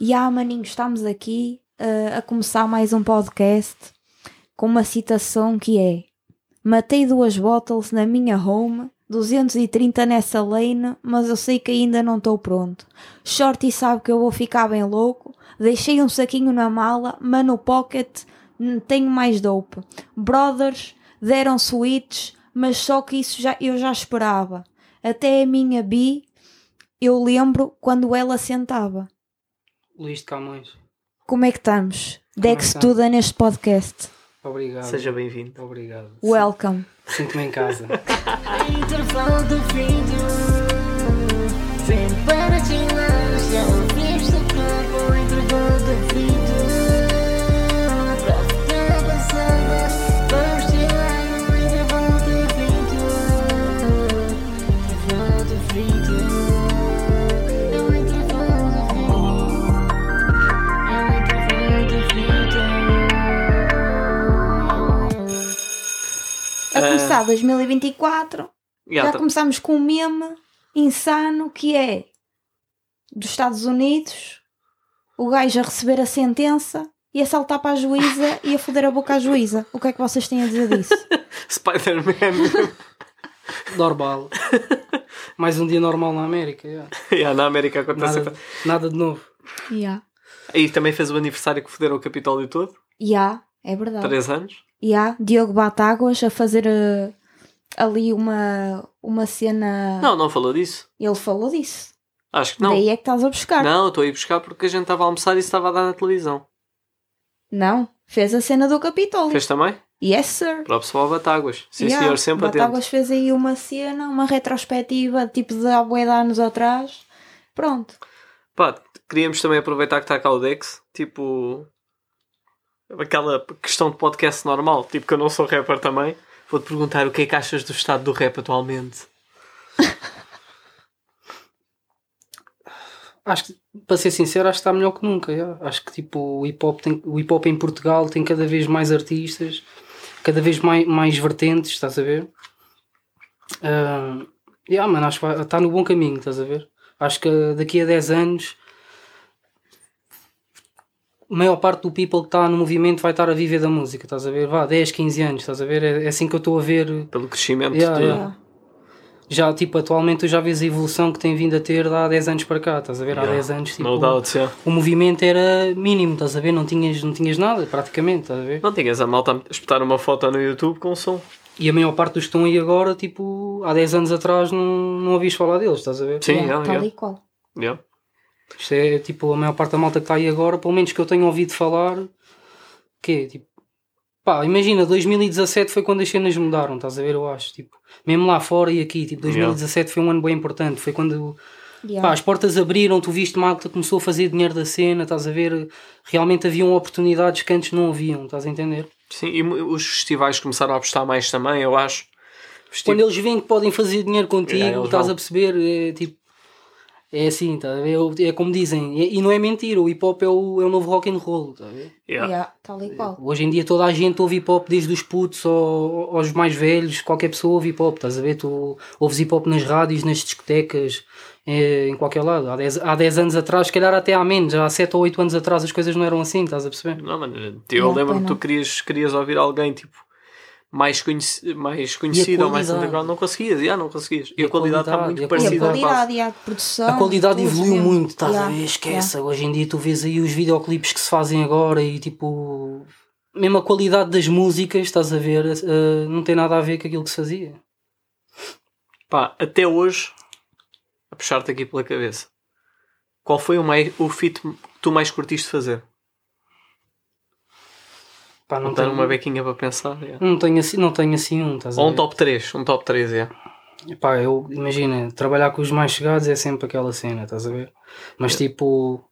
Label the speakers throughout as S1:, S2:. S1: E ah, maninho, estamos aqui uh, a começar mais um podcast com uma citação que é Matei duas bottles na minha home, 230 nessa lane, mas eu sei que ainda não estou pronto. Shorty sabe que eu vou ficar bem louco, deixei um saquinho na mala, mas no pocket n- tenho mais dope. Brothers deram suítes, mas só que isso já, eu já esperava. Até a minha bi, eu lembro quando ela sentava.
S2: Luís de Camões,
S1: Como é que estamos? Deck
S2: é que
S1: estuda neste podcast.
S2: obrigado.
S3: Seja bem-vindo.
S2: Obrigado.
S1: Welcome.
S2: Sinto-me em casa.
S4: intervalo do vídeo. Vem para te é lanche, ouviste tudo o intervalo do vídeo. Pra ficar avançada, vamos tirar no intervalo do vídeo. Intervalo do vídeo. É o intervalo do vídeo. É o intervalo do vídeo.
S1: A
S3: Ah.
S1: começar 2024,
S3: Yeah,
S1: já
S3: tá-
S1: começámos com um meme insano que é dos Estados Unidos, o gajo a receber a sentença e a saltar para a juíza e a foder a boca à juíza. O que é que vocês têm a dizer disso?
S3: Spider-Man.
S2: Normal. Mais um dia normal na América. yeah.
S3: yeah, na América acontece.
S2: Nada, nada de novo.
S1: Já.
S3: E também fez o aniversário que foderam o Capitólio todo.
S1: Já, é verdade.
S3: Três anos.
S1: Já, Diogo Batáguas a fazer eh, ali uma, uma cena.
S3: Não, não falou disso.
S1: Ele falou disso.
S3: Acho que não.
S1: Tá. Daí é que estás a buscar.
S3: Não, estou a ir buscar porque a gente estava a almoçar e isso estava a dar na televisão.
S1: Não, fez a cena do Capitólio.
S3: Fez também?
S1: Yes, sir.
S3: Para o pessoal Batáguas. Sim,
S1: Yeah,
S3: senhor, sempre atento.
S1: Batáguas fez aí uma cena, uma retrospectiva, tipo de há bué de anos atrás. Pronto.
S3: Pá, queríamos também aproveitar que está cá o Dex, tipo aquela questão de podcast normal, tipo que eu não sou rapper também. Vou-te perguntar o que é que achas do estado do rap atualmente.
S2: Acho que, para ser sincero, acho que está melhor que nunca. yeah. Acho que tipo, o hip hop tem, o hip hop em Portugal tem cada vez mais artistas, cada vez mais, mais vertentes, estás a ver? Ah, yeah, mano, acho que vai- está no bom caminho, estás a ver? Acho que daqui a 10 anos a maior parte do people que está no movimento vai estar a viver da música, estás a ver? Vá, 10, 15 anos, estás a ver? É, é assim que eu estou a ver
S3: Pelo crescimento
S2: Yeah,
S3: do-
S2: yeah. já tipo atualmente tu já vês a evolução que tem vindo a ter de há 10 anos para cá, estás a ver? Há
S3: Yeah.
S2: 10 anos tipo,
S3: No doubt, yeah.
S2: o movimento era mínimo, estás a ver? Não tinhas, não tinhas nada praticamente, estás a ver?
S3: Não tinhas a malta a espetar uma foto no YouTube com som.
S2: E a maior parte dos que estão aí agora, tipo, há 10 anos atrás não, não ouvias falar deles, estás a ver?
S3: Sim,
S1: Yeah, tá
S3: yeah,
S1: tal
S3: yeah.
S1: e qual.
S3: Yeah.
S2: Isto é tipo a maior parte da malta que está aí agora, pelo menos que eu tenho ouvido falar, que é, tipo, pá, imagina, 2017 foi quando as cenas mudaram, estás a ver? Eu acho, tipo, mesmo lá fora e aqui, tipo, 2017 foi um ano bem importante, foi quando
S1: Yeah.
S2: Pá, as portas abriram, tu viste malta, começou a fazer dinheiro da cena, estás a ver? Realmente haviam oportunidades que antes não haviam, estás a entender?
S3: Sim, e mu- os festivais começaram a apostar mais também, eu acho. Festi-
S2: Quando eles veem que podem fazer dinheiro contigo,
S3: Yeah, eles
S2: estás
S3: vão.
S2: a perceber, é tipo. É assim, estás a ver? É, é como dizem, e, e não é mentira, o hip hop é o, é o novo rock and roll, estás a ver?
S3: Yeah. Eh,
S1: Yeah, tal e qual.
S2: Hoje em dia toda a gente ouve hip hop, desde os putos ao- aos mais velhos, qualquer pessoa ouve hip hop, estás a ver? Tu ouves hip hop nas rádios, nas discotecas, eh, em qualquer lado. Há 10, há 10 anos atrás, se calhar até há menos, há 7 ou 8 anos atrás as coisas não eram assim, estás a perceber?
S3: Não, mano, eu
S1: Yeah,
S3: lembro-me
S1: pena.
S3: que tu querias, querias ouvir alguém tipo mais, conheci- mais conhecido ou mais
S2: qualidade?
S3: underground, não conseguias, yeah, não conseguias. E,
S2: E
S3: a
S2: a
S3: qualidade está
S2: qualidade,
S3: muito
S2: e a
S1: E a
S3: parecida à base.
S1: qualidade e a produção.
S2: A qualidade
S1: tudo
S2: evoluiu
S1: mesmo.
S2: muito, estás a
S1: Yeah,
S2: ver? Esquece. Hoje em dia tu vês aí os videoclipes que se fazem agora e tipo. Mesmo a qualidade das músicas, estás a ver? eh, não tem nada a ver com aquilo que se fazia.
S3: Pá, até hoje, a puxar-te aqui pela cabeça, qual foi o, mais, o fit que tu mais curtiste fazer?
S2: Pá,
S3: Não
S2: tem-
S3: tenho Então, uma bequinha para pensar. yeah.
S2: Não tenho assim, não tenho assim um, estás a
S3: Ou um
S2: ver?
S3: top 3, um top 3, é.
S2: Pá, eu imagina, trabalhar com os mais chegados é sempre aquela cena, estás a ver? Mas tipo,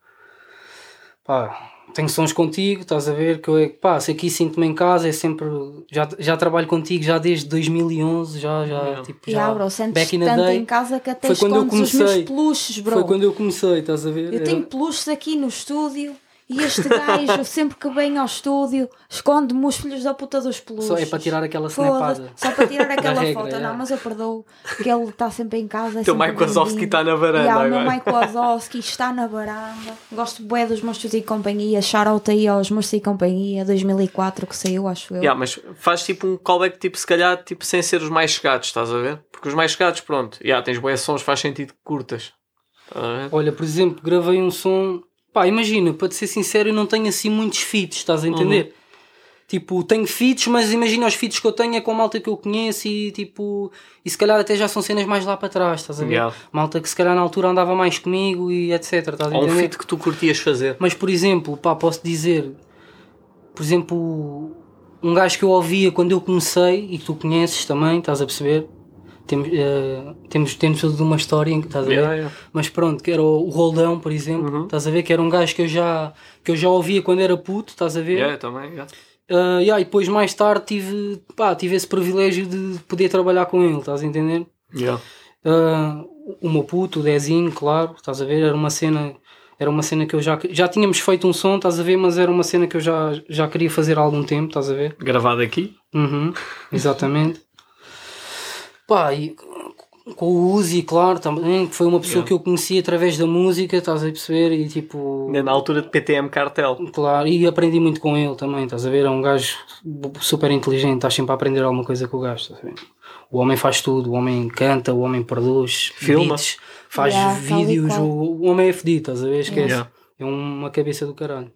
S2: pá, tenho sons contigo, estás a ver? Que eu, é- pá, se aqui sinto-me em casa, é sempre. Já, já trabalho contigo já desde 2011, já, já,
S3: Yeah.
S2: tipo, já.
S1: Yeah, bro, sentes
S2: back in the
S1: tanto em
S2: day.
S1: casa que até
S2: Foi quando eu
S1: escondes os meus
S2: comecei.
S1: peluches, bro.
S2: Foi quando eu comecei, estás a ver?
S1: Eu
S2: Era-
S1: tenho peluches aqui no estúdio e E este gajo, sempre que vem ao estúdio, esconde-me os filhos da puta dos peluches.
S2: Só é para tirar aquela
S1: Foda-se,
S2: snapada.
S1: Só para tirar aquela
S2: regra, é.
S1: foto.
S2: yeah.
S1: Não, mas eu perdoo que ele está sempre em casa. é
S3: Teu
S1: sempre
S3: Mike Wazowski
S1: bem-vindo.
S3: está na varanda
S1: Yeah, o meu
S3: agora.
S1: Mike Wazowski está na varanda. Gosto bué dos Monstros e Companhia. Shoutout aí aos Monstros e Companhia 2004 que saiu, acho eu.
S3: Yeah, mas faz tipo um callback, tipo, se calhar, tipo, sem ser os mais chegados, estás a ver? Porque os mais chegados, pronto, yeah, tens boas sons, faz sentido que curtas. Estás a ver?
S2: Olha, por exemplo, gravei um som. Pá, imagina, para te ser sincero, eu não tenho assim muitos feats, estás a
S3: Uhum.
S2: entender? Tipo, tenho feats, mas imagina os feats que eu tenho é com a malta que eu conheço e tipo. E se calhar até já são cenas mais lá para trás, estás a ver?
S3: Yeah.
S2: Malta que se calhar na altura andava mais comigo e etc. Estás a
S3: Ou um
S2: entender?
S3: feat que tu curtias fazer.
S2: Mas, por exemplo, pá, posso dizer, por exemplo, um gajo que eu ouvia quando eu comecei e que tu conheces também, estás a perceber? Temos, eh, temos, temos toda uma história, estás a ver?
S3: Yeah, yeah.
S2: Mas pronto, que era o, o Roldão, por exemplo, estás a ver? Que era um gajo que eu já, que eu já ouvia quando era puto, estás a ver?
S3: Yeah, eu também, yeah.
S2: Ah, yeah, e depois, mais tarde, tive, pá, tive esse privilégio de poder trabalhar com ele, estás a entender?
S3: Yeah.
S2: Ah, o meu puto, o Dezinho, claro, estás a ver? Era uma cena, era uma cena que eu já já tínhamos feito um som, estás a ver? Mas era uma cena que eu já, já queria fazer há algum tempo, estás a ver?
S3: Gravado aqui.
S2: Uhum, exatamente. Pá, e com o Uzi, claro, também, que foi uma pessoa
S3: Yeah.
S2: que eu conheci através da música, estás a perceber? E tipo.
S3: Ainda na altura de PTM Cartel.
S2: Claro, e aprendi muito com ele também, estás a ver? É um gajo bu- super inteligente, estás sempre a aprender alguma coisa com o gajo, estás a ver? O homem faz tudo, o homem canta, o homem produz,
S3: Filma.
S2: beats, faz
S1: Yeah, tal e
S2: vídeos, o,
S1: qual.
S2: o homem é fedido, estás a ver? Esquece.
S3: Yeah.
S2: É uma cabeça do caralho.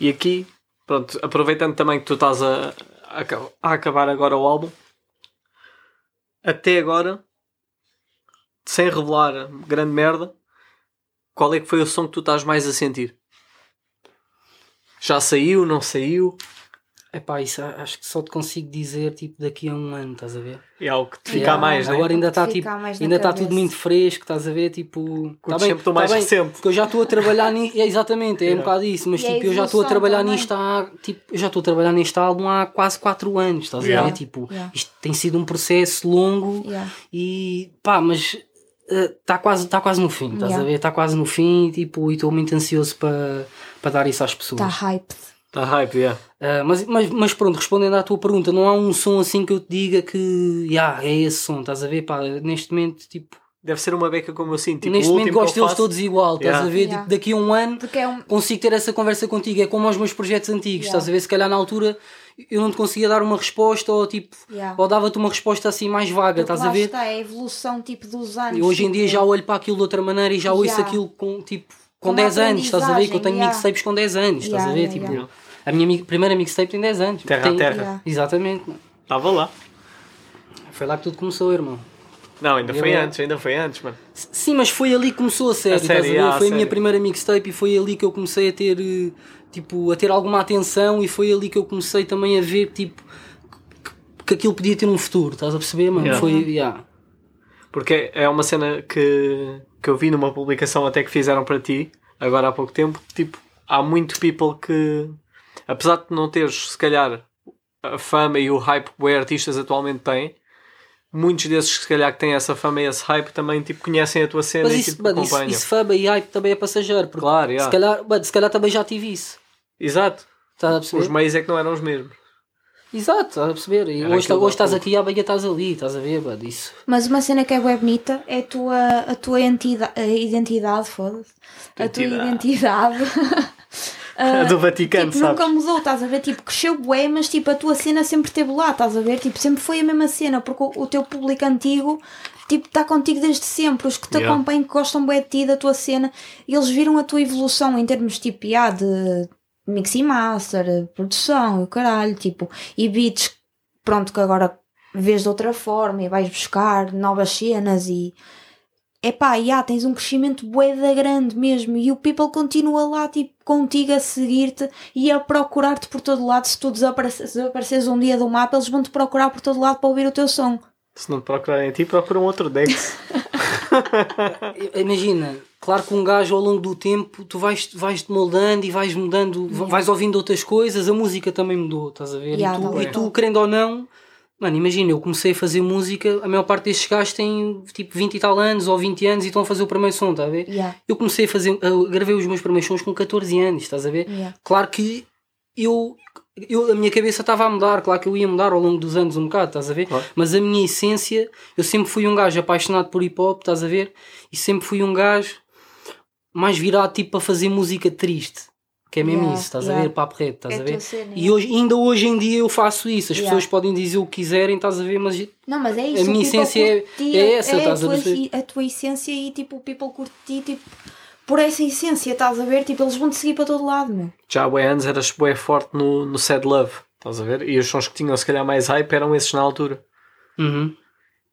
S3: E aqui, pronto, aproveitando também que tu estás a, a aca- a acabar agora o álbum, até agora, sem revelar grande merda, qual é que foi o som que tu estás mais a sentir? Já saiu, não saiu?
S2: Epá, isso a- acho que só te consigo dizer tipo daqui a um ano, estás a ver?
S3: É algo que te fica
S1: Yeah.
S3: a mais, né?
S2: Agora ainda está
S1: Fica
S2: tipo,
S1: mais na
S2: ainda está
S1: cabeça.
S2: tudo muito fresco, estás a ver? Tipo, tá
S3: sempre o mais recente.
S2: Porque eu já estou a trabalhar nisto, é exatamente, é um bocado isso, mas
S1: E a
S2: tipo, eu já estou a
S1: evolução
S2: trabalhar
S1: também.
S2: nisto há, tipo, eu já estou a trabalhar neste álbum há quase 4 anos, estás a
S3: Yeah.
S2: ver? Tipo,
S1: Yeah.
S2: isto tem sido um processo longo
S1: Yeah.
S2: e pá, mas está quase, tá quase no fim, estás
S1: Yeah.
S2: a ver? Está quase no fim e tipo, e estou muito ansioso para para dar isso às pessoas.
S1: Está hyped.
S3: Está Tá hype, yeah.
S2: Ah, mas, mas, mas pronto, respondendo à tua pergunta, não há um som assim que eu te diga que "Ya, é esse som, estás a ver? Pá, neste momento, tipo,
S3: Deve ser uma beca como eu sinto. Tipo,
S2: neste
S3: o
S2: momento
S3: último que
S2: gosto
S3: eu
S2: deles
S3: faço-
S2: todos igual, estás
S3: Yeah.
S2: a ver?
S1: Yeah.
S2: Tipo, daqui a um ano
S1: Porque é um.
S2: consigo ter essa conversa contigo, é como aos meus projetos antigos,
S1: Yeah.
S2: estás a ver? Se calhar na altura eu não te conseguia dar uma resposta ou tipo,
S1: Yeah.
S2: ou dava-te uma resposta assim mais vaga,
S1: Porque
S2: estás
S1: lá
S2: a ver?
S1: está, é a evolução tipo dos anos.
S2: E hoje em
S1: tipo,
S2: dia já olho para aquilo de outra maneira e já ouço
S1: Yeah.
S2: aquilo com tipo com
S1: Uma
S2: 10 anos, estás a ver? Que eu
S1: aprendizagem,
S2: tenho
S1: yeah.
S2: mixtapes com 10 anos, estás
S1: Yeah,
S2: a ver?
S1: yeah,
S2: tipo,
S1: yeah.
S2: a minha mi- primeira mixtape tem 10 anos.
S3: Terra a
S2: tem,
S3: terra.
S1: Yeah.
S2: Exatamente. mano.
S3: Estava lá.
S2: Foi lá que tudo começou, irmão.
S3: Não, ainda foi
S2: Eu-
S3: antes, ainda foi antes, mano.
S2: S- Sim, mas foi ali que começou a série,
S3: A série,
S2: estás a ver?
S3: ah, a
S2: foi a minha
S3: série.
S2: primeira mixtape e foi ali que eu comecei a ter, eh, tipo, a ter alguma atenção e foi ali que eu comecei também a ver, tipo, que, que aquilo podia ter um futuro, estás a perceber, mano?
S3: Yeah. Uhum.
S2: Foi, yeah.
S3: Porque é uma cena que, que eu vi numa publicação até que fizeram para ti, agora há pouco tempo. Tipo, há muito people que, apesar de não teres, se calhar, a fama e o hype que os artistas atualmente têm, muitos desses, se calhar, que têm essa fama e esse hype também, tipo, conhecem a tua cena
S2: Mas
S3: e,
S2: isso,
S3: tipo,
S2: mano, isso,
S3: acompanham.
S2: isso fama e hype também é passageiro, porque
S3: Claro,
S2: se,
S3: yeah.
S2: calhar, mano, se calhar também já tive isso,
S3: Exato.
S2: estás a
S3: Os
S2: perceber?
S3: meios é que não eram os mesmos.
S2: Exato, estás a perceber? E
S3: Era
S2: hoje,
S3: É
S2: tá,
S3: aquilo
S2: hoje
S3: da
S2: estás
S3: puta.
S2: aqui e amanhã estás ali, estás a ver, mano? Isso.
S1: Mas uma cena que é bem bonita é a tua, a tua entida- a identidade, foda-se. A tua identidade.
S2: Ah,
S3: a do Vaticano,
S1: tipo,
S3: sabes?
S1: nunca mudou, estás a ver? Tipo, cresceu bué, mas tipo, a tua cena sempre esteve lá, estás a ver? Tipo, sempre foi a mesma cena, porque o, o teu público antigo tipo, está contigo desde sempre. Os que te
S3: Yeah.
S1: acompanham, que gostam bué de ti, da tua cena, eles viram a tua evolução em termos tipo, yeah, de mix e master, produção e o caralho, tipo, e beats, pronto, que agora vês de outra forma e vais buscar novas cenas e epá, já tens um crescimento boeda grande mesmo e o people continua lá tipo contigo a seguir-te e a procurar-te por todo lado se tu desaparece- se desapareceres um dia do mapa eles vão-te procurar por todo lado para ouvir o teu som
S3: Se não te procurarem a ti, procuram outro Dex.
S2: I- Imagina, claro que um gajo ao longo do tempo tu vais, vais te moldando e vais mudando, v- vais ouvindo outras coisas, a música também mudou, estás a ver?
S1: Yeah,
S2: e tu,
S1: tá
S2: e
S1: bem.
S2: tu, querendo ou não, Mano, imagina, eu comecei a fazer música, a maior parte destes gajos tem tipo 20 e tal anos ou 20 anos e estão a fazer o primeiro som, está a ver?
S1: Yeah.
S2: Eu comecei a fazer, eu gravei os meus primeiros sons com 14 anos, estás a ver?
S1: Yeah.
S2: Claro que eu, eu a minha cabeça estava a mudar, claro que eu ia mudar ao longo dos anos um bocado, estás a ver?
S3: Claro.
S2: Mas a minha essência, eu sempre fui um gajo apaixonado por hip hop, estás a ver? E sempre fui um gajo mais virado tipo a fazer música triste, que é mesmo
S1: Yeah,
S2: isso, estás a
S1: yeah.
S2: ver? Papo reto, estás
S1: É
S2: a
S1: a
S2: ver?
S1: tua cena,
S2: e
S1: yeah.
S2: hoje, ainda hoje em dia eu faço isso, as
S1: Yeah.
S2: pessoas podem dizer o que quiserem, estás a ver? Mas
S1: Não, mas é isso.
S2: minha
S1: o people
S2: essência é-
S1: curte ti,
S2: é essa,
S1: é
S2: estás a
S1: tua,
S2: perceber?
S1: a tua essência e tipo, o people curte ti, tipo, por essa essência, estás a ver? Tipo, eles vão te seguir para todo lado, meu.
S3: Já o anos eras bué forte no, no Sad Love, estás a ver? E os sons que tinham se calhar mais hype eram esses na altura.
S2: Uhum.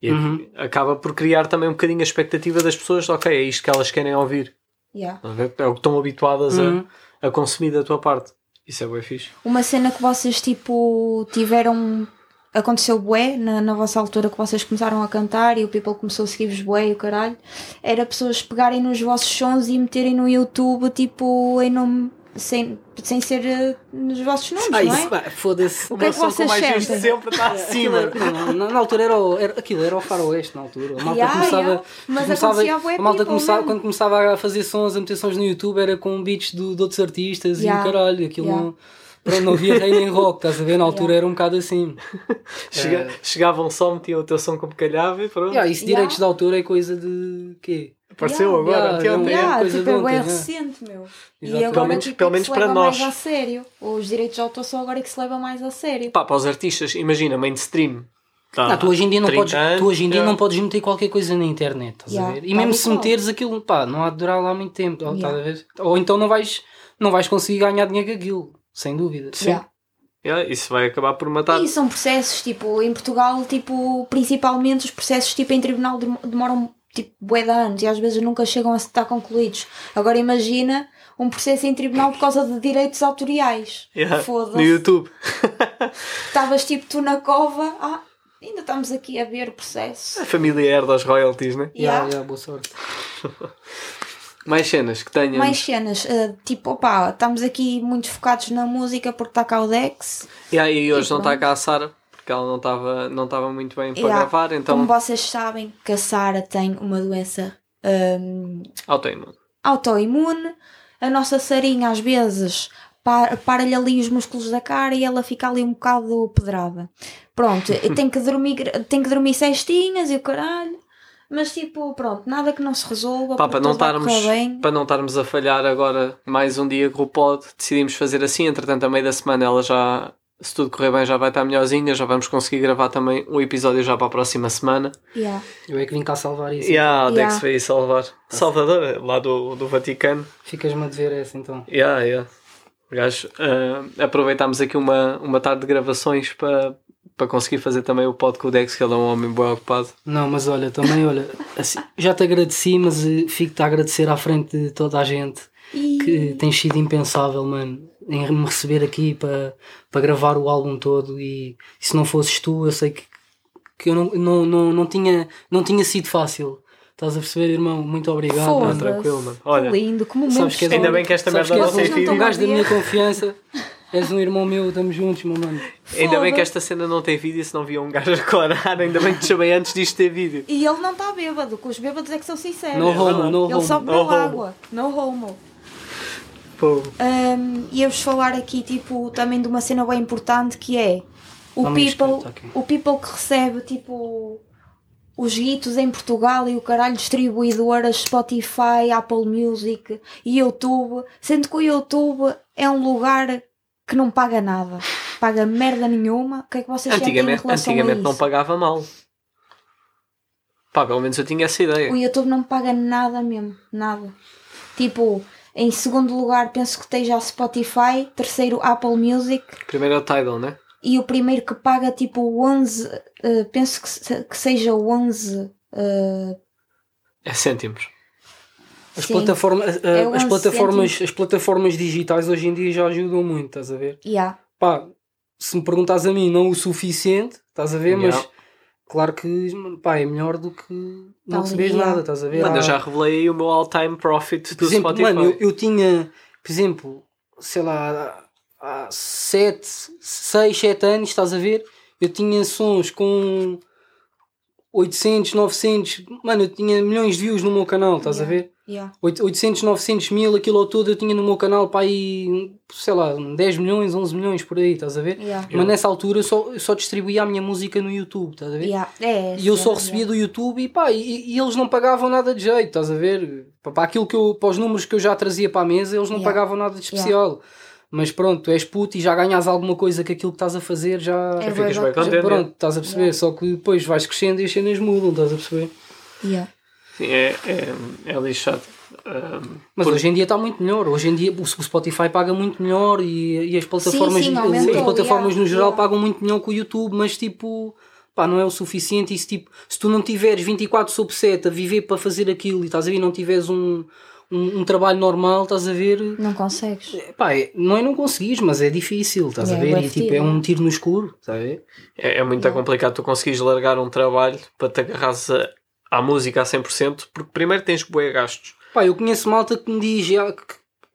S3: E
S2: Uhum.
S3: acaba por criar também um bocadinho a expectativa das pessoas, de, ok, é isto que elas querem ouvir.
S1: Yeah.
S3: Estás a ver? É o que estão habituadas a-
S2: Uhum.
S3: a, consumir da tua parte. Isso é bué fixe.
S1: Uma cena que vocês tipo tiveram. Aconteceu bué na, na vossa altura que vocês começaram a cantar e o people começou a seguir-vos bué e o caralho. Era pessoas pegarem nos vossos sons e meterem no YouTube, tipo, em nome. sem, sem ser eh, nos vossos nomes,
S2: Ah,
S1: não é?
S2: isso, pá, foda-se. É,
S1: O que é que
S3: som
S1: vocês
S3: mais visto
S1: sentem?
S3: sempre está
S2: Aquilo
S3: acima.
S2: era, não, não, na altura era, o, era aquilo era o faroeste na altura. A malta
S1: Ya,
S2: começava,
S1: ya. Mas
S2: começava
S1: acontecia a bué
S2: a malta
S1: people
S2: começava,
S1: mesmo.
S2: quando começava a fazer sons, a meter sons no YouTube era com beats do, de outros artistas e
S1: Ya,
S2: o caralho, aquilo
S1: ya.
S2: não, pronto, não havia rei nem rock, estás a ver? Na altura era um bocado assim.
S3: Chega- Chegavam só, metiam o teu som como calhava e pronto.
S2: Ya, isso de
S1: Ya.
S2: direitos de autor é coisa de quê?
S3: Apareceu
S1: Yeah,
S3: agora,
S2: yeah,
S3: anteontem.
S2: é yeah.
S1: Yeah,
S2: coisa
S1: tipo,
S2: de
S1: é
S2: ontem,
S1: bué
S2: né?
S1: recente, meu.
S2: Exato.
S1: E agora,
S2: Pelo
S3: menos-
S1: tipo,
S3: pelo
S1: é que
S3: menos
S1: se
S3: para
S1: leva
S3: nós.
S1: mais a sério. Os direitos de autor só agora é que se leva mais a sério.
S3: Pá, para os artistas, imagina, mainstream. Tá,
S2: Ah, tu hoje em dia, não
S3: 30
S2: podes,
S3: anos,
S2: tu hoje em dia
S3: yeah.
S2: não podes meter qualquer coisa na internet, estás
S1: Ya,
S2: a ver? E
S1: tal
S2: mesmo
S1: e
S2: se
S1: qual.
S2: meteres aquilo, pá, não há de durar lá muito tempo,
S1: Ya.
S2: estás a ver? Ou então não vais, não vais conseguir ganhar dinheiro com aquilo, sem dúvida.
S1: Yeah.
S3: Yeah, isso vai acabar por matar.
S1: E são processos, tipo, em Portugal, tipo, principalmente os processos, tipo, em tribunal dem- demoram, tipo, bué de anos e às vezes nunca chegam a estar concluídos. Agora imagina um processo em tribunal por causa de direitos autoriais.
S3: Yeah, No
S1: Foda-se.
S3: YouTube.
S1: Estavas, tipo, tu na cova, ah, ainda estamos aqui a ver o processo.
S3: A família herda as royalties, né?
S2: Ya,
S1: Yeah.
S2: ya, boa sorte.
S3: Mais cenas que tenhas.
S1: Mais cenas, eh, tipo, opá, estamos aqui muito focados na música porque está cá o Dex.
S3: Yeah, e hoje
S1: E
S3: não está
S1: pronto.
S3: cá a Sara, porque ela não estava não estava muito bem para
S1: Yeah.
S3: gravar, então.
S1: Como vocês sabem, que a Sara tem uma doença hum,
S3: Autoimune.
S1: autoimune, a nossa Sarinha às vezes pa- para-lhe ali os músculos da cara e ela fica ali um bocado pedrada. Pronto, eu tenho que dormir, gra- tenho que dormir cestinhas e o caralho. Mas tipo, pronto, nada que não se resolva,
S3: Pá,
S1: Pá,
S3: para
S1: porque
S3: não
S1: tudo vai
S3: estarmos
S1: correr bem.
S3: para não estarmos a falhar agora mais um dia com o pod, decidimos fazer assim, entretanto a meio da semana ela já se tudo correr bem já vai estar melhorzinha, já vamos conseguir gravar também um episódio já para a próxima semana.
S1: Yeah.
S2: Eu é que vim cá salvar isso.
S3: E yeah, a
S1: Yeah.
S3: Dex veio salvar. Salvador, lá do, do Vaticano.
S2: Ficas-me a dever essa então.
S3: Yeah, yeah. Gajo, ah, aproveitámos aqui uma, uma tarde de gravações para, para conseguir fazer também o pod com o Dex, que ele é um homem bem ocupado.
S2: Não, mas olha, também olha, assim, já te agradeci, mas eh, fico-te a agradecer à frente de toda a gente
S1: E...
S2: que tem sido impensável, mano, em me receber aqui para, para gravar o álbum todo e se não fosses tu, eu sei que, que eu não, não, não, não, tinha, não tinha sido fácil. Estás a perceber, irmão? Muito obrigado.
S1: Foda-se.
S2: mano.
S3: Ah, tá, tranquilo, mano. Olha,
S1: que lindo, que momento
S2: Sabes que és-
S1: histórico.
S2: um-
S3: Ainda bem que esta
S2: sabes
S3: merda
S2: que
S1: não
S2: és
S1: tem
S2: um-
S1: fim.
S2: um gajo da minha
S1: Vocês
S2: confiança, és um irmão meu, estamos juntos, meu mano.
S3: Ainda bem que
S1: Foda-se.
S3: esta cena não tem vídeo, se não via um gajo a declarar, ainda bem que te chamei antes disto ter vídeo.
S1: E ele não está bêbado, que os bêbados é que são sinceros.
S2: No homo, no
S1: ele só
S2: homo.
S1: bebeu
S3: no homo.
S1: água, no homo.
S3: Pô,
S1: Hum, Ia-vos falar aqui tipo, também de uma cena bem importante que é o
S2: Vamos
S1: people,
S2: escrito aqui.
S1: o people que recebe tipo os guitos em Portugal e o caralho distribuidoras Spotify, Apple Music e YouTube, sendo que o YouTube é um lugar que não paga nada, paga merda nenhuma. O que é que vocês sentem em
S3: antigamente
S1: relação a
S3: antigamente
S1: isso?
S3: não pagava mal. Pá, pelo menos eu tinha essa ideia.
S1: O YouTube não paga nada mesmo, nada. Tipo, em segundo lugar penso que esteja a Spotify, terceiro Apple Music.
S3: Primeiro é o Tidal, né?
S1: e o primeiro que paga tipo 11, eh, penso que, se- que seja 11. eh,
S3: É cêntimos.
S2: As,
S1: Sim.
S2: plataformas, a- a-
S1: É um
S2: as, plataformas, as plataformas digitais hoje em dia já ajudam muito, estás a ver?
S1: yeah.
S2: Pá, se me perguntas a mim, não o suficiente, estás a ver? Mas
S3: Yeah.
S2: claro que mano, pá, é melhor do que não
S1: Tal
S2: receberes
S1: dia.
S2: nada, estás a ver?
S1: Ah.
S3: Mano,
S2: Há-
S3: eu já revelei aí o meu all-time profit
S2: por
S3: do
S2: exemplo,
S3: Spotify.
S2: mano, eu, eu tinha, por exemplo, sei lá, há 7, 6, 7 anos, estás a ver? Eu tinha sons com 800, 900, mano, eu tinha milhões de views no meu canal, estás a ver?
S1: Yeah.
S2: Oito- 800, 900 mil, aquilo ao todo eu tinha no meu canal para aí, sei lá, 10 milhões, 11 milhões por aí, estás a ver?
S1: Yeah.
S2: Mas nessa altura eu só, eu só distribuía a minha música no YouTube, estás a ver?
S1: Yeah. É,
S2: E eu só
S1: yeah,
S2: recebia do YouTube e pá, e, e eles não pagavam nada de jeito, estás a ver? Pa- Para aquilo que eu, para os números que eu já trazia para a mesa, eles não
S1: Yeah.
S2: pagavam nada de
S1: Yeah.
S2: especial. Mas pronto, tu és puto e já ganhas alguma coisa que aquilo que estás a fazer já.
S1: É
S3: ficas
S1: verdade.
S3: bem
S2: já-
S3: contente.
S2: pronto, estás a perceber? Só que depois vais crescendo e as cenas mudam, estás a perceber?
S1: Yeah.
S3: Sim, é, é, é lixado. Ah, Ahm,
S2: Mas hoje em dia está muito melhor. Hoje em dia o o Spotify paga muito melhor e, e as plataformas,
S1: sim, aumentou,
S2: as plataformas
S1: yeah,
S2: no geral
S1: yeah.
S2: pagam muito melhor que o YouTube, mas tipo, pá, não é o suficiente. Isso, tipo, se tu não tiveres 24 sobre 7 a viver para fazer aquilo e estás a ver, não tiveres um, um, um trabalho normal, estás a ver,
S1: Não consegues.
S2: pá, é- não é não conseguires, mas é difícil, estás
S1: Yeah,
S2: a ver?
S1: bué
S2: E tipo,
S1: fedido,
S2: é um
S1: não.
S2: tiro no escuro, estás a ver?
S3: É, é muito complicado tu conseguires largar um trabalho para te agarrares a- à música a 100%, porque primeiro tens bué gastos.
S2: Pá, eu conheço malta que me diz já, que,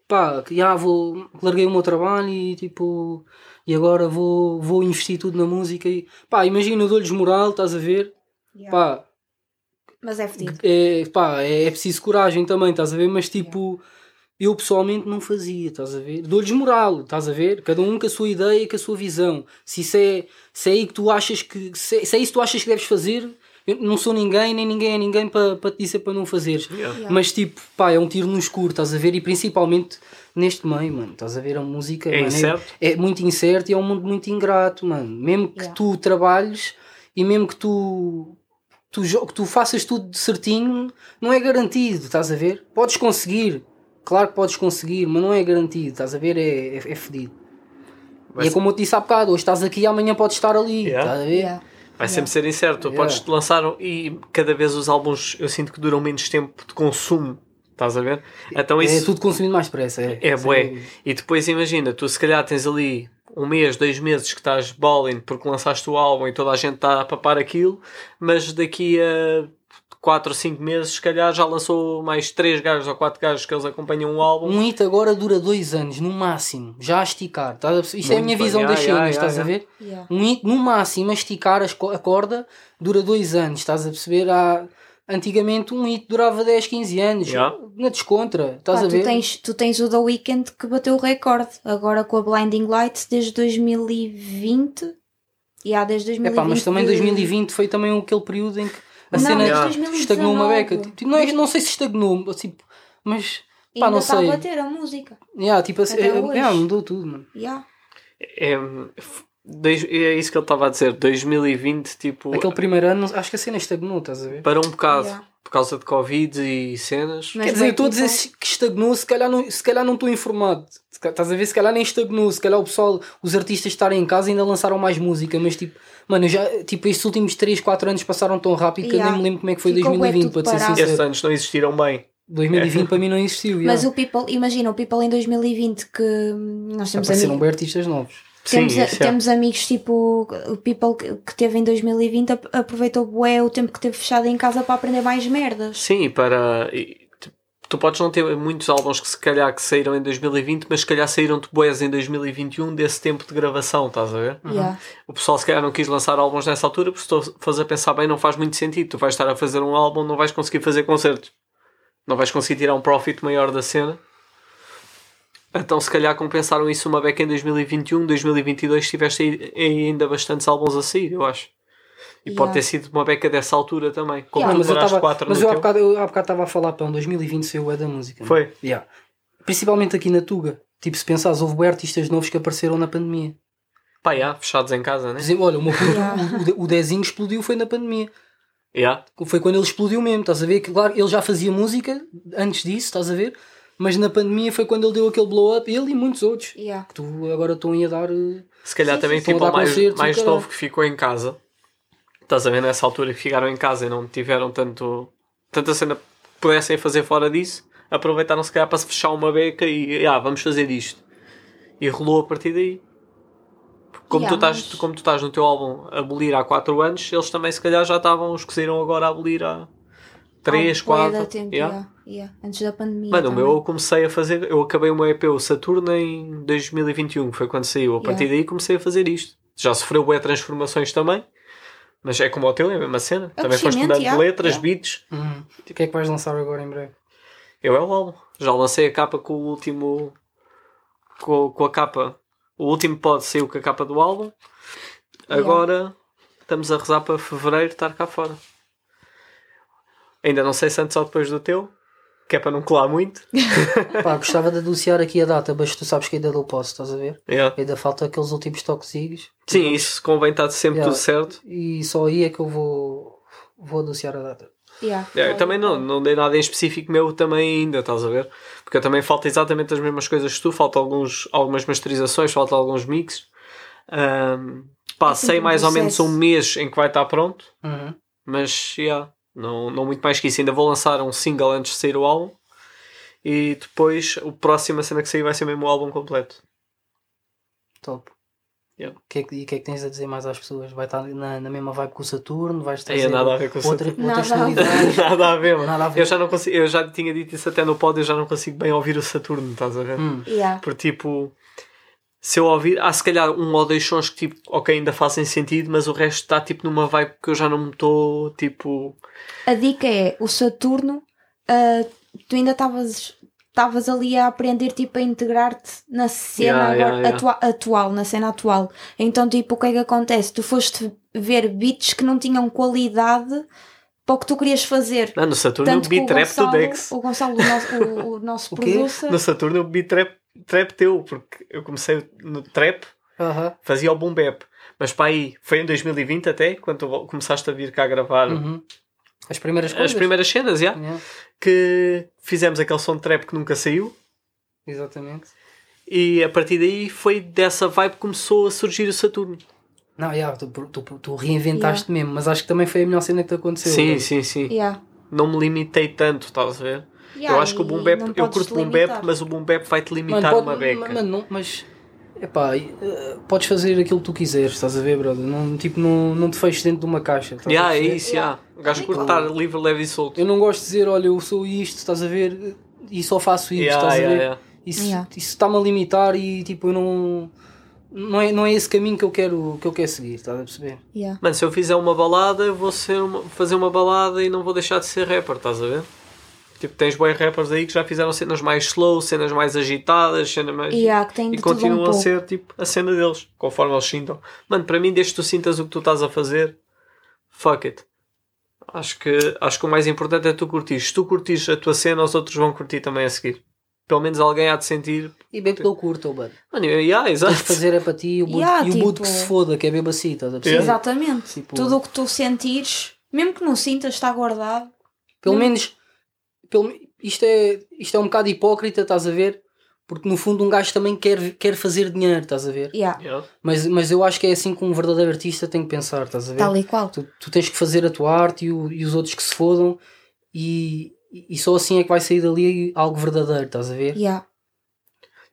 S2: pá, que já vou, larguei o meu trabalho e tipo, e agora vou, vou investir tudo na música e pá, imagina, eu dou-lhes moral, estás a ver?
S1: Yeah.
S2: Pá,
S1: Mas é fedido.
S2: é, pá, é, é preciso coragem também, estás a ver? Mas tipo, eu pessoalmente não fazia, estás a ver? Dou-lhes moral, estás a ver? Cada um com a sua ideia e com a sua visão. Se isso é, se é aí que tu achas que. Se, é- se é isso que tu achas que deves fazer, eu não sou ninguém, nem ninguém é ninguém para para te dizer para não fazeres.
S1: Yeah.
S2: Mas tipo, pá, é um tiro no escuro, estás a ver? E principalmente neste meio, mano, estás a ver? A música
S3: É
S2: mano,
S3: incerto.
S2: é, é muito incerto e é um mundo muito ingrato, mano. Mesmo que
S1: Yeah.
S2: tu trabalhes e mesmo que tu, tu, jo- que tu faças tudo de certinho, não é garantido, estás a ver? Podes conseguir, claro que podes conseguir, mas não é garantido, estás a ver? É, é, é fedido.
S3: Vai,
S2: E é como eu te disse há bocado, hoje estás aqui e amanhã podes estar ali,
S3: Yeah.
S2: estás a ver?
S1: Yeah.
S3: vai sempre ser incerto. Tu
S2: Yeah.
S3: Podes te lançar um- e cada vez os álbuns eu sinto que duram menos tempo de consumo. Estás a ver? Então
S2: É
S3: isso
S2: tudo consumido mais depressa. É,
S3: É
S2: Sem
S3: bué.
S2: dúvida.
S3: E depois imagina, tu se calhar tens ali um mês, dois meses que estás balling porque lançaste o álbum e toda a gente está a papar aquilo, mas daqui a 4 ou 5 meses se calhar já lançou mais 3 gajos ou 4 gajos que eles acompanham o álbum.
S2: Um hit agora dura dois anos, no máximo, já a esticar. Estás a perceber? Isto é a
S3: Muito
S2: minha
S3: bem,
S2: visão
S3: já,
S2: das
S3: já,
S2: cenas,
S3: já,
S2: estás
S3: já.
S2: a ver?
S1: Yeah.
S2: Um hit, no máximo, a esticar as co- a corda dura dois anos, estás a perceber? Há- Antigamente um hit durava 10, 15 anos,
S3: Já.
S2: na descontra, estás
S1: Pá,
S2: a ver?
S1: tu, tens, tu tens o The Weeknd que bateu o recorde agora com a Blinding Lights desde 2020 e há desde 2020.
S2: É pá, mas também
S1: de-
S2: 2020 foi também um, aquele período em que a
S1: Não,
S2: cena
S1: desde
S3: Já.
S1: 2019.
S2: estagnou uma beca. Tipo, não, é- não sei se estagnou, mas, tipo, mas pá,
S1: Ainda
S2: não
S1: está
S2: sei.
S1: a bater a música.
S2: yeah, tipo, assim,
S1: Até
S2: é-
S1: hoje.
S2: yeah, mudou tudo, mano.
S1: Yeah.
S3: É, dois- é isso que ele estava a dizer, 2020, tipo,
S2: Aquele primeiro ano, acho que a cena estagnou, estás a ver?
S3: para um bocado,
S1: Yeah.
S3: por causa de Covid e cenas.
S1: Mas
S2: Quer dizer,
S1: bem,
S2: todos
S1: tipo,
S2: esses que estagnou, se calhar não se calhar não estou informado. Se ca- Estás a ver? Se calhar nem estagnou. Se calhar o pessoal, os artistas estarem em casa ainda lançaram mais música. Mas tipo, mano, eu já, tipo, estes últimos 3, 4 anos passaram tão rápido que eu
S1: Yeah.
S2: nem me lembro como é que foi
S1: Ficou bué
S2: 2020,
S1: tudo
S2: para te ser
S1: parado.
S3: Esses
S2: sincero.
S3: anos não existiram bem. É.
S2: 2020 para mim não existiu.
S1: Mas
S2: yeah.
S1: o People, imagina, o People em 2020 que hum, nós temos
S2: Apareceram
S1: amigos.
S2: bem artistas novos.
S1: Temos,
S3: Sim, isso é.
S1: temos amigos tipo o People que- que teve em 2020 ap- aproveitou bué o tempo que teve fechado em casa para aprender mais merdas.
S3: Sim, e para. e tu- Tu podes não ter muitos álbuns que se calhar que saíram em 2020, mas se calhar saíram-te boés em 2021 desse tempo de gravação, estás a ver? Uhum.
S1: Yeah.
S3: O pessoal se calhar não quis lançar álbuns nessa altura, porque se tu fores a pensar bem, não faz muito sentido. Tu vais estar a fazer um álbum, não vais conseguir fazer concertos. Não vais conseguir tirar um profit maior da cena. Então se calhar compensaram isso uma beca em 2021, 2022 tiveste aí- aí ainda bastantes álbuns a sair, eu acho. E
S1: Yeah.
S3: pode ter sido uma beca dessa altura também. Como
S1: Yeah.
S3: tu
S2: Não, mas eu,
S3: demoraste
S2: tava,
S3: quatro
S2: mas
S3: no
S2: eu há
S3: teu.
S2: bocado eu há bocado estava a falar, pão, 2020 saiu é da música. mano.
S3: Foi.
S2: Yeah. Principalmente aqui na Tuga. Tipo, se pensares, houve bué artistas novos que apareceram na pandemia.
S3: Pá, já, fechados em casa,
S2: Por
S3: né?
S2: exemplo, olha, o, meu puto,
S1: Yeah.
S2: o, o de- o Dezinho explodiu foi na pandemia.
S3: Já.
S2: Foi quando ele explodiu mesmo, estás a ver? Que, claro, ele já fazia música antes disso, estás a ver? Mas na pandemia foi quando ele deu aquele blow up, ele e muitos outros.
S1: Yeah.
S2: Que tu agora estão aí a dar. eh,
S3: Se calhar
S1: Sim,
S3: também,
S2: sim, sim.
S3: tipo,
S2: Estão a
S3: o
S2: dar
S3: mais,
S2: concertos,
S3: mais
S2: o caralho.
S3: novo que ficou em casa. Estás a ver nessa altura que ficaram em casa e não tiveram tanto, tanta cena que pudessem fazer fora disso. Aproveitaram se calhar para se fechar uma beca e ah, vamos fazer isto. E rolou a partir daí. Porque Como,
S1: Ya,
S3: tu estás,
S1: mas-
S3: tu- como tu estás no teu álbum a abolir há 4 anos, eles também se calhar já estavam, os que saíram agora a abolir há
S1: Há
S3: 3,
S1: um bué de
S3: 4.
S1: tempo,
S3: Ya.
S1: yeah, yeah. Antes da pandemia.
S3: Mano, o
S1: também.
S3: meu eu comecei a fazer. Eu acabei o meu EP, o Saturno, em 2021, que um, foi quando saiu. A partir
S1: Yeah.
S3: daí comecei a fazer isto. já sofreu bué transformações também, mas é como o teu, é a mesma cena.
S1: É o
S3: também foste
S1: crescimento,
S3: mudando de
S1: yeah,
S3: letras,
S1: yeah.
S3: beats.
S2: Uhum. O que é que vais lançar agora em breve?
S3: Eu é o álbum. Já lancei a capa com o último. Com, com a capa. O último pod saiu com a capa do álbum. Agora estamos a rezar para fevereiro estar cá fora. Ainda não sei se antes ou depois do teu, que é para não colar muito.
S2: Pá, gostava de anunciar aqui a data, mas tu sabes que ainda não posso, estás a ver?
S3: Yeah.
S2: Ainda falta aqueles últimos toquezinhos
S3: Sim, isso convém estar sempre
S2: Yeah.
S3: tudo certo.
S2: e só aí é que eu vou, vou anunciar a data.
S1: Yeah.
S3: É, eu também não, não dei nada em específico meu também ainda, estás a ver? Porque eu também falta exatamente as mesmas coisas que tu, falta alguns, algumas masterizações, falta alguns mixes. Ahm, pá,
S1: É sempre
S3: sei
S1: um
S3: mais ou menos um
S1: processo.
S3: mês em que vai estar pronto,
S2: Uhum.
S3: mas yeah, não, não muito mais que isso. Ainda vou lançar um single antes de sair o álbum e depois o próximo cena que sair vai ser mesmo o álbum completo.
S2: Top.
S3: Yeah.
S2: Que é que- e o que é que tens a dizer mais às pessoas? Vai estar na, na mesma vibe que o Saturno? Vais
S3: Aí
S2: trazer
S3: é nada a ver com o
S2: outra,
S1: Saturno.
S2: outras
S1: Nada a ver.
S2: novidades?
S3: Nada a ver, mano.
S2: Nada a ver.
S3: Eu já, não consigo, eu já tinha dito isso até no pod, eu já não consigo bem ouvir o Saturno, estás a ver?
S2: Hum.
S1: Yeah.
S3: Por tipo, se eu ouvir, há se calhar um ou dois sons que tipo, ok, ainda fazem sentido, mas o resto está tipo numa vibe que eu já não me estou tipo.
S1: A dica é, o Saturno, ah, tu ainda estavas estavas ali a aprender tipo a integrar-te na cena
S3: Yeah,
S1: agora-
S3: yeah, yeah.
S1: atua- atual, na cena atual. Então tipo, o que é que acontece? Tu foste ver beats que não tinham qualidade para o que tu querias fazer.
S3: Não, no Saturno eu
S1: Tanto que
S3: bebi
S1: o
S3: trap
S1: Gonçalo,
S3: do Dex.
S1: o Gonçalo, o nosso, o, o nosso
S2: O quê?
S1: producer,
S3: No Saturno eu bebi trap, trap teu, porque eu comecei no trap,
S2: Aham.
S3: fazia o boom bap. Mas para aí, foi em 2020 até, quando tu vo- começaste a vir cá gravar
S2: Uhum. As primeiras coisas.
S3: as primeiras cenas, já,
S2: Yeah,
S3: que fizemos aquele som de trap que nunca saiu.
S2: Exatamente.
S3: E a partir daí foi dessa vibe que começou a surgir o Saturno.
S2: Não, yeah, tu, tu, tu reinventaste mesmo, mas acho que também foi a melhor cena que te aconteceu.
S3: sim,
S2: Dani.
S3: sim, sim.
S1: Yeah.
S3: Não me limitei tanto, estás a ver?
S1: Yeah,
S3: eu acho que o
S1: e
S3: boom bap,
S1: não
S3: eu
S1: podes
S3: curto
S1: te
S3: boom bap,
S1: limitar.
S3: mas o boom bap vai-te limitar
S2: Mano, pode-
S3: uma beca.
S2: Mano, não, mas. Epá, eh, podes fazer aquilo que tu quiseres, estás a ver, brother? Não, tipo, não, não te feches dentro de uma caixa. estás a
S3: yeah, é
S2: perceber?
S3: isso, yeah. O gajo
S1: Obrigado.
S3: curte estar livre, leve e solto.
S2: Eu não gosto de dizer, olha, eu sou isto, estás a ver? E só faço isto,
S3: Yeah,
S2: estás a ver?
S3: yeah, yeah.
S2: Isso
S1: Yeah.
S2: isso está-me a limitar e tipo, eu não. Não é, não é esse caminho que eu quero, que eu quero seguir, estás a perceber?
S1: Yeah.
S3: Mano, se eu fizer uma balada, eu vou ser uma- fazer uma balada e não vou deixar de ser rapper, estás a ver? Tipo, tens bons rappers aí que já fizeram cenas mais slow, cenas mais agitadas, cenas mais.
S1: Yeah, que tem de
S3: e
S1: tudo um
S3: continuam a
S1: pouco.
S3: ser tipo a cena deles, conforme eles sintam. Mano, para mim, desde que tu sintas o que tu estás a fazer, fuck it. Acho que, acho que o mais importante é tu curtires. Se tu curtires a tua cena, os outros vão curtir também a seguir. Pelo menos alguém há de sentir.
S2: E bem que eu curto, oh, mano.
S3: Mano, yeah,
S2: Tens
S3: exato.
S2: de fazer é para ti e o boot,
S1: Yeah,
S2: e o boot
S1: tipo-
S2: que se foda, que é mesmo assim, estás a perceber?
S3: Yeah.
S1: Exatamente.
S2: Tipo-
S1: Tudo o que tu sentires, mesmo que não sintas, está guardado.
S2: Pelo
S1: Não.
S2: menos, pelo, me- isto, é, isto é um bocado hipócrita, estás a ver? Porque no fundo um gajo também quer, quer fazer dinheiro, estás a ver?
S1: Yeah.
S3: Yeah.
S2: Mas, mas eu acho que é assim que um verdadeiro artista tem que pensar, estás a ver?
S1: Tal e qual.
S2: Tu, tu tens que fazer a tua arte e, o- e os outros que se fodam e, e só assim é que vai sair dali algo verdadeiro, estás a ver?
S1: Yeah.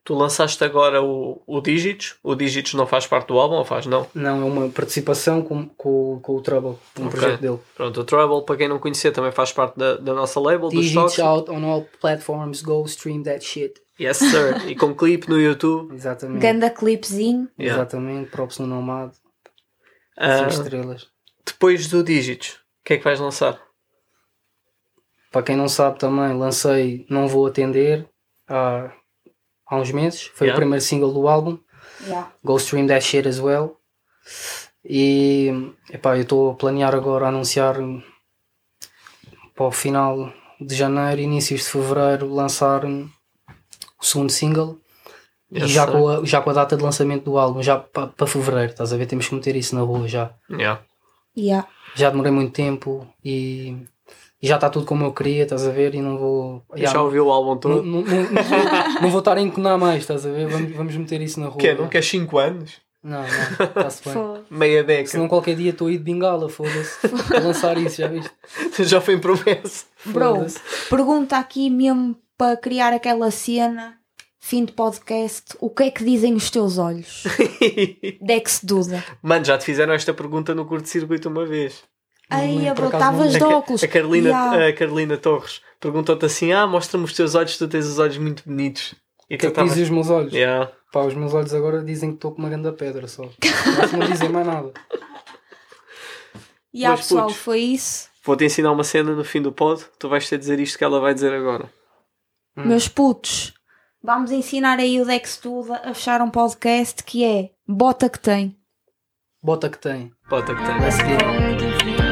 S3: Tu lançaste agora o, o Digits. O Digits não faz parte do álbum, ou faz? Não.
S2: Não, é uma participação com, com, com o Trouble, um
S3: Ok.
S2: projeto dele.
S3: Pronto, o Trouble, para quem não conhecer, também faz parte da, da nossa label, dos
S2: Digits
S3: toques.
S2: out on all platforms, go stream that shit.
S3: Yes, sir. e com clipe no YouTube.
S2: Exatamente.
S1: Ganda clipezinho.
S3: Yeah.
S2: Exatamente, props no Nomad,
S3: Ah,
S2: 5 estrelas.
S3: depois do Digits, o que é que vais lançar?
S2: Para quem não sabe também, lancei Não Vou Atender há, há uns meses. Foi
S3: Yeah.
S2: o primeiro single do álbum.
S1: Yeah.
S2: Go Stream That Shit as well. E epá, eu estou a planear agora anunciar hum, para o final de janeiro, inícios de fevereiro, lançar hum, o segundo single.
S3: Yes,
S2: e já
S3: sir.
S2: com, a, já com a data de lançamento do álbum, já para fevereiro, estás a ver? Temos que meter isso na rua já.
S3: Yeah.
S1: Yeah.
S2: já demorei muito tempo e, e já está tudo como eu queria, estás a ver? E não vou.
S3: Eu Já
S2: não-
S3: ouviu o álbum
S2: não,
S3: todo?
S2: não, não- não vou, não vou estar a enconar mais, estás a ver? Vamos, vamos meter isso na rua.
S3: Que é, não quer 5 anos?
S2: Não, não, está-se bem.
S1: Foda.
S3: Meia
S2: Senão
S3: década.
S2: qualquer dia estou aí de bengala, foda-se. Vou lançar isso, já viste?
S3: Já foi em promessa.
S1: Bro,
S2: Foda-se.
S1: pergunta aqui mesmo para criar aquela cena, fim de podcast, o que é que dizem os teus olhos? Dex Duda.
S3: Mano, já te fizeram esta pergunta no curto-circuito uma vez.
S2: Não me
S1: Aí,
S2: lembro,
S1: bro,
S2: por acaso não
S1: estavas
S2: me
S1: de
S3: A Ca-
S1: óculos.
S3: A Carolina,
S1: Yeah.
S3: a Carolina Torres perguntou-te assim: Ah, mostra-me os teus olhos, tu tens os olhos muito bonitos. E
S2: O que é que
S3: estavas-
S2: dizem os meus olhos?
S3: Yeah.
S2: Pá, os meus olhos agora dizem que estou com uma grande pedra só. Mas não dizem mais nada.
S1: E ah,
S3: Mas,
S1: pessoal,
S3: putos.
S1: foi isso.
S3: Vou-te ensinar uma cena no fim do pod, tu vais ter de dizer isto que ela vai dizer agora.
S2: Hum.
S1: Meus putos, vamos ensinar aí o Dex Tuda a fechar um podcast que é Bota que tem.
S2: Bota que tem.
S3: Bota que tem.
S2: A seguir.
S4: Thank you.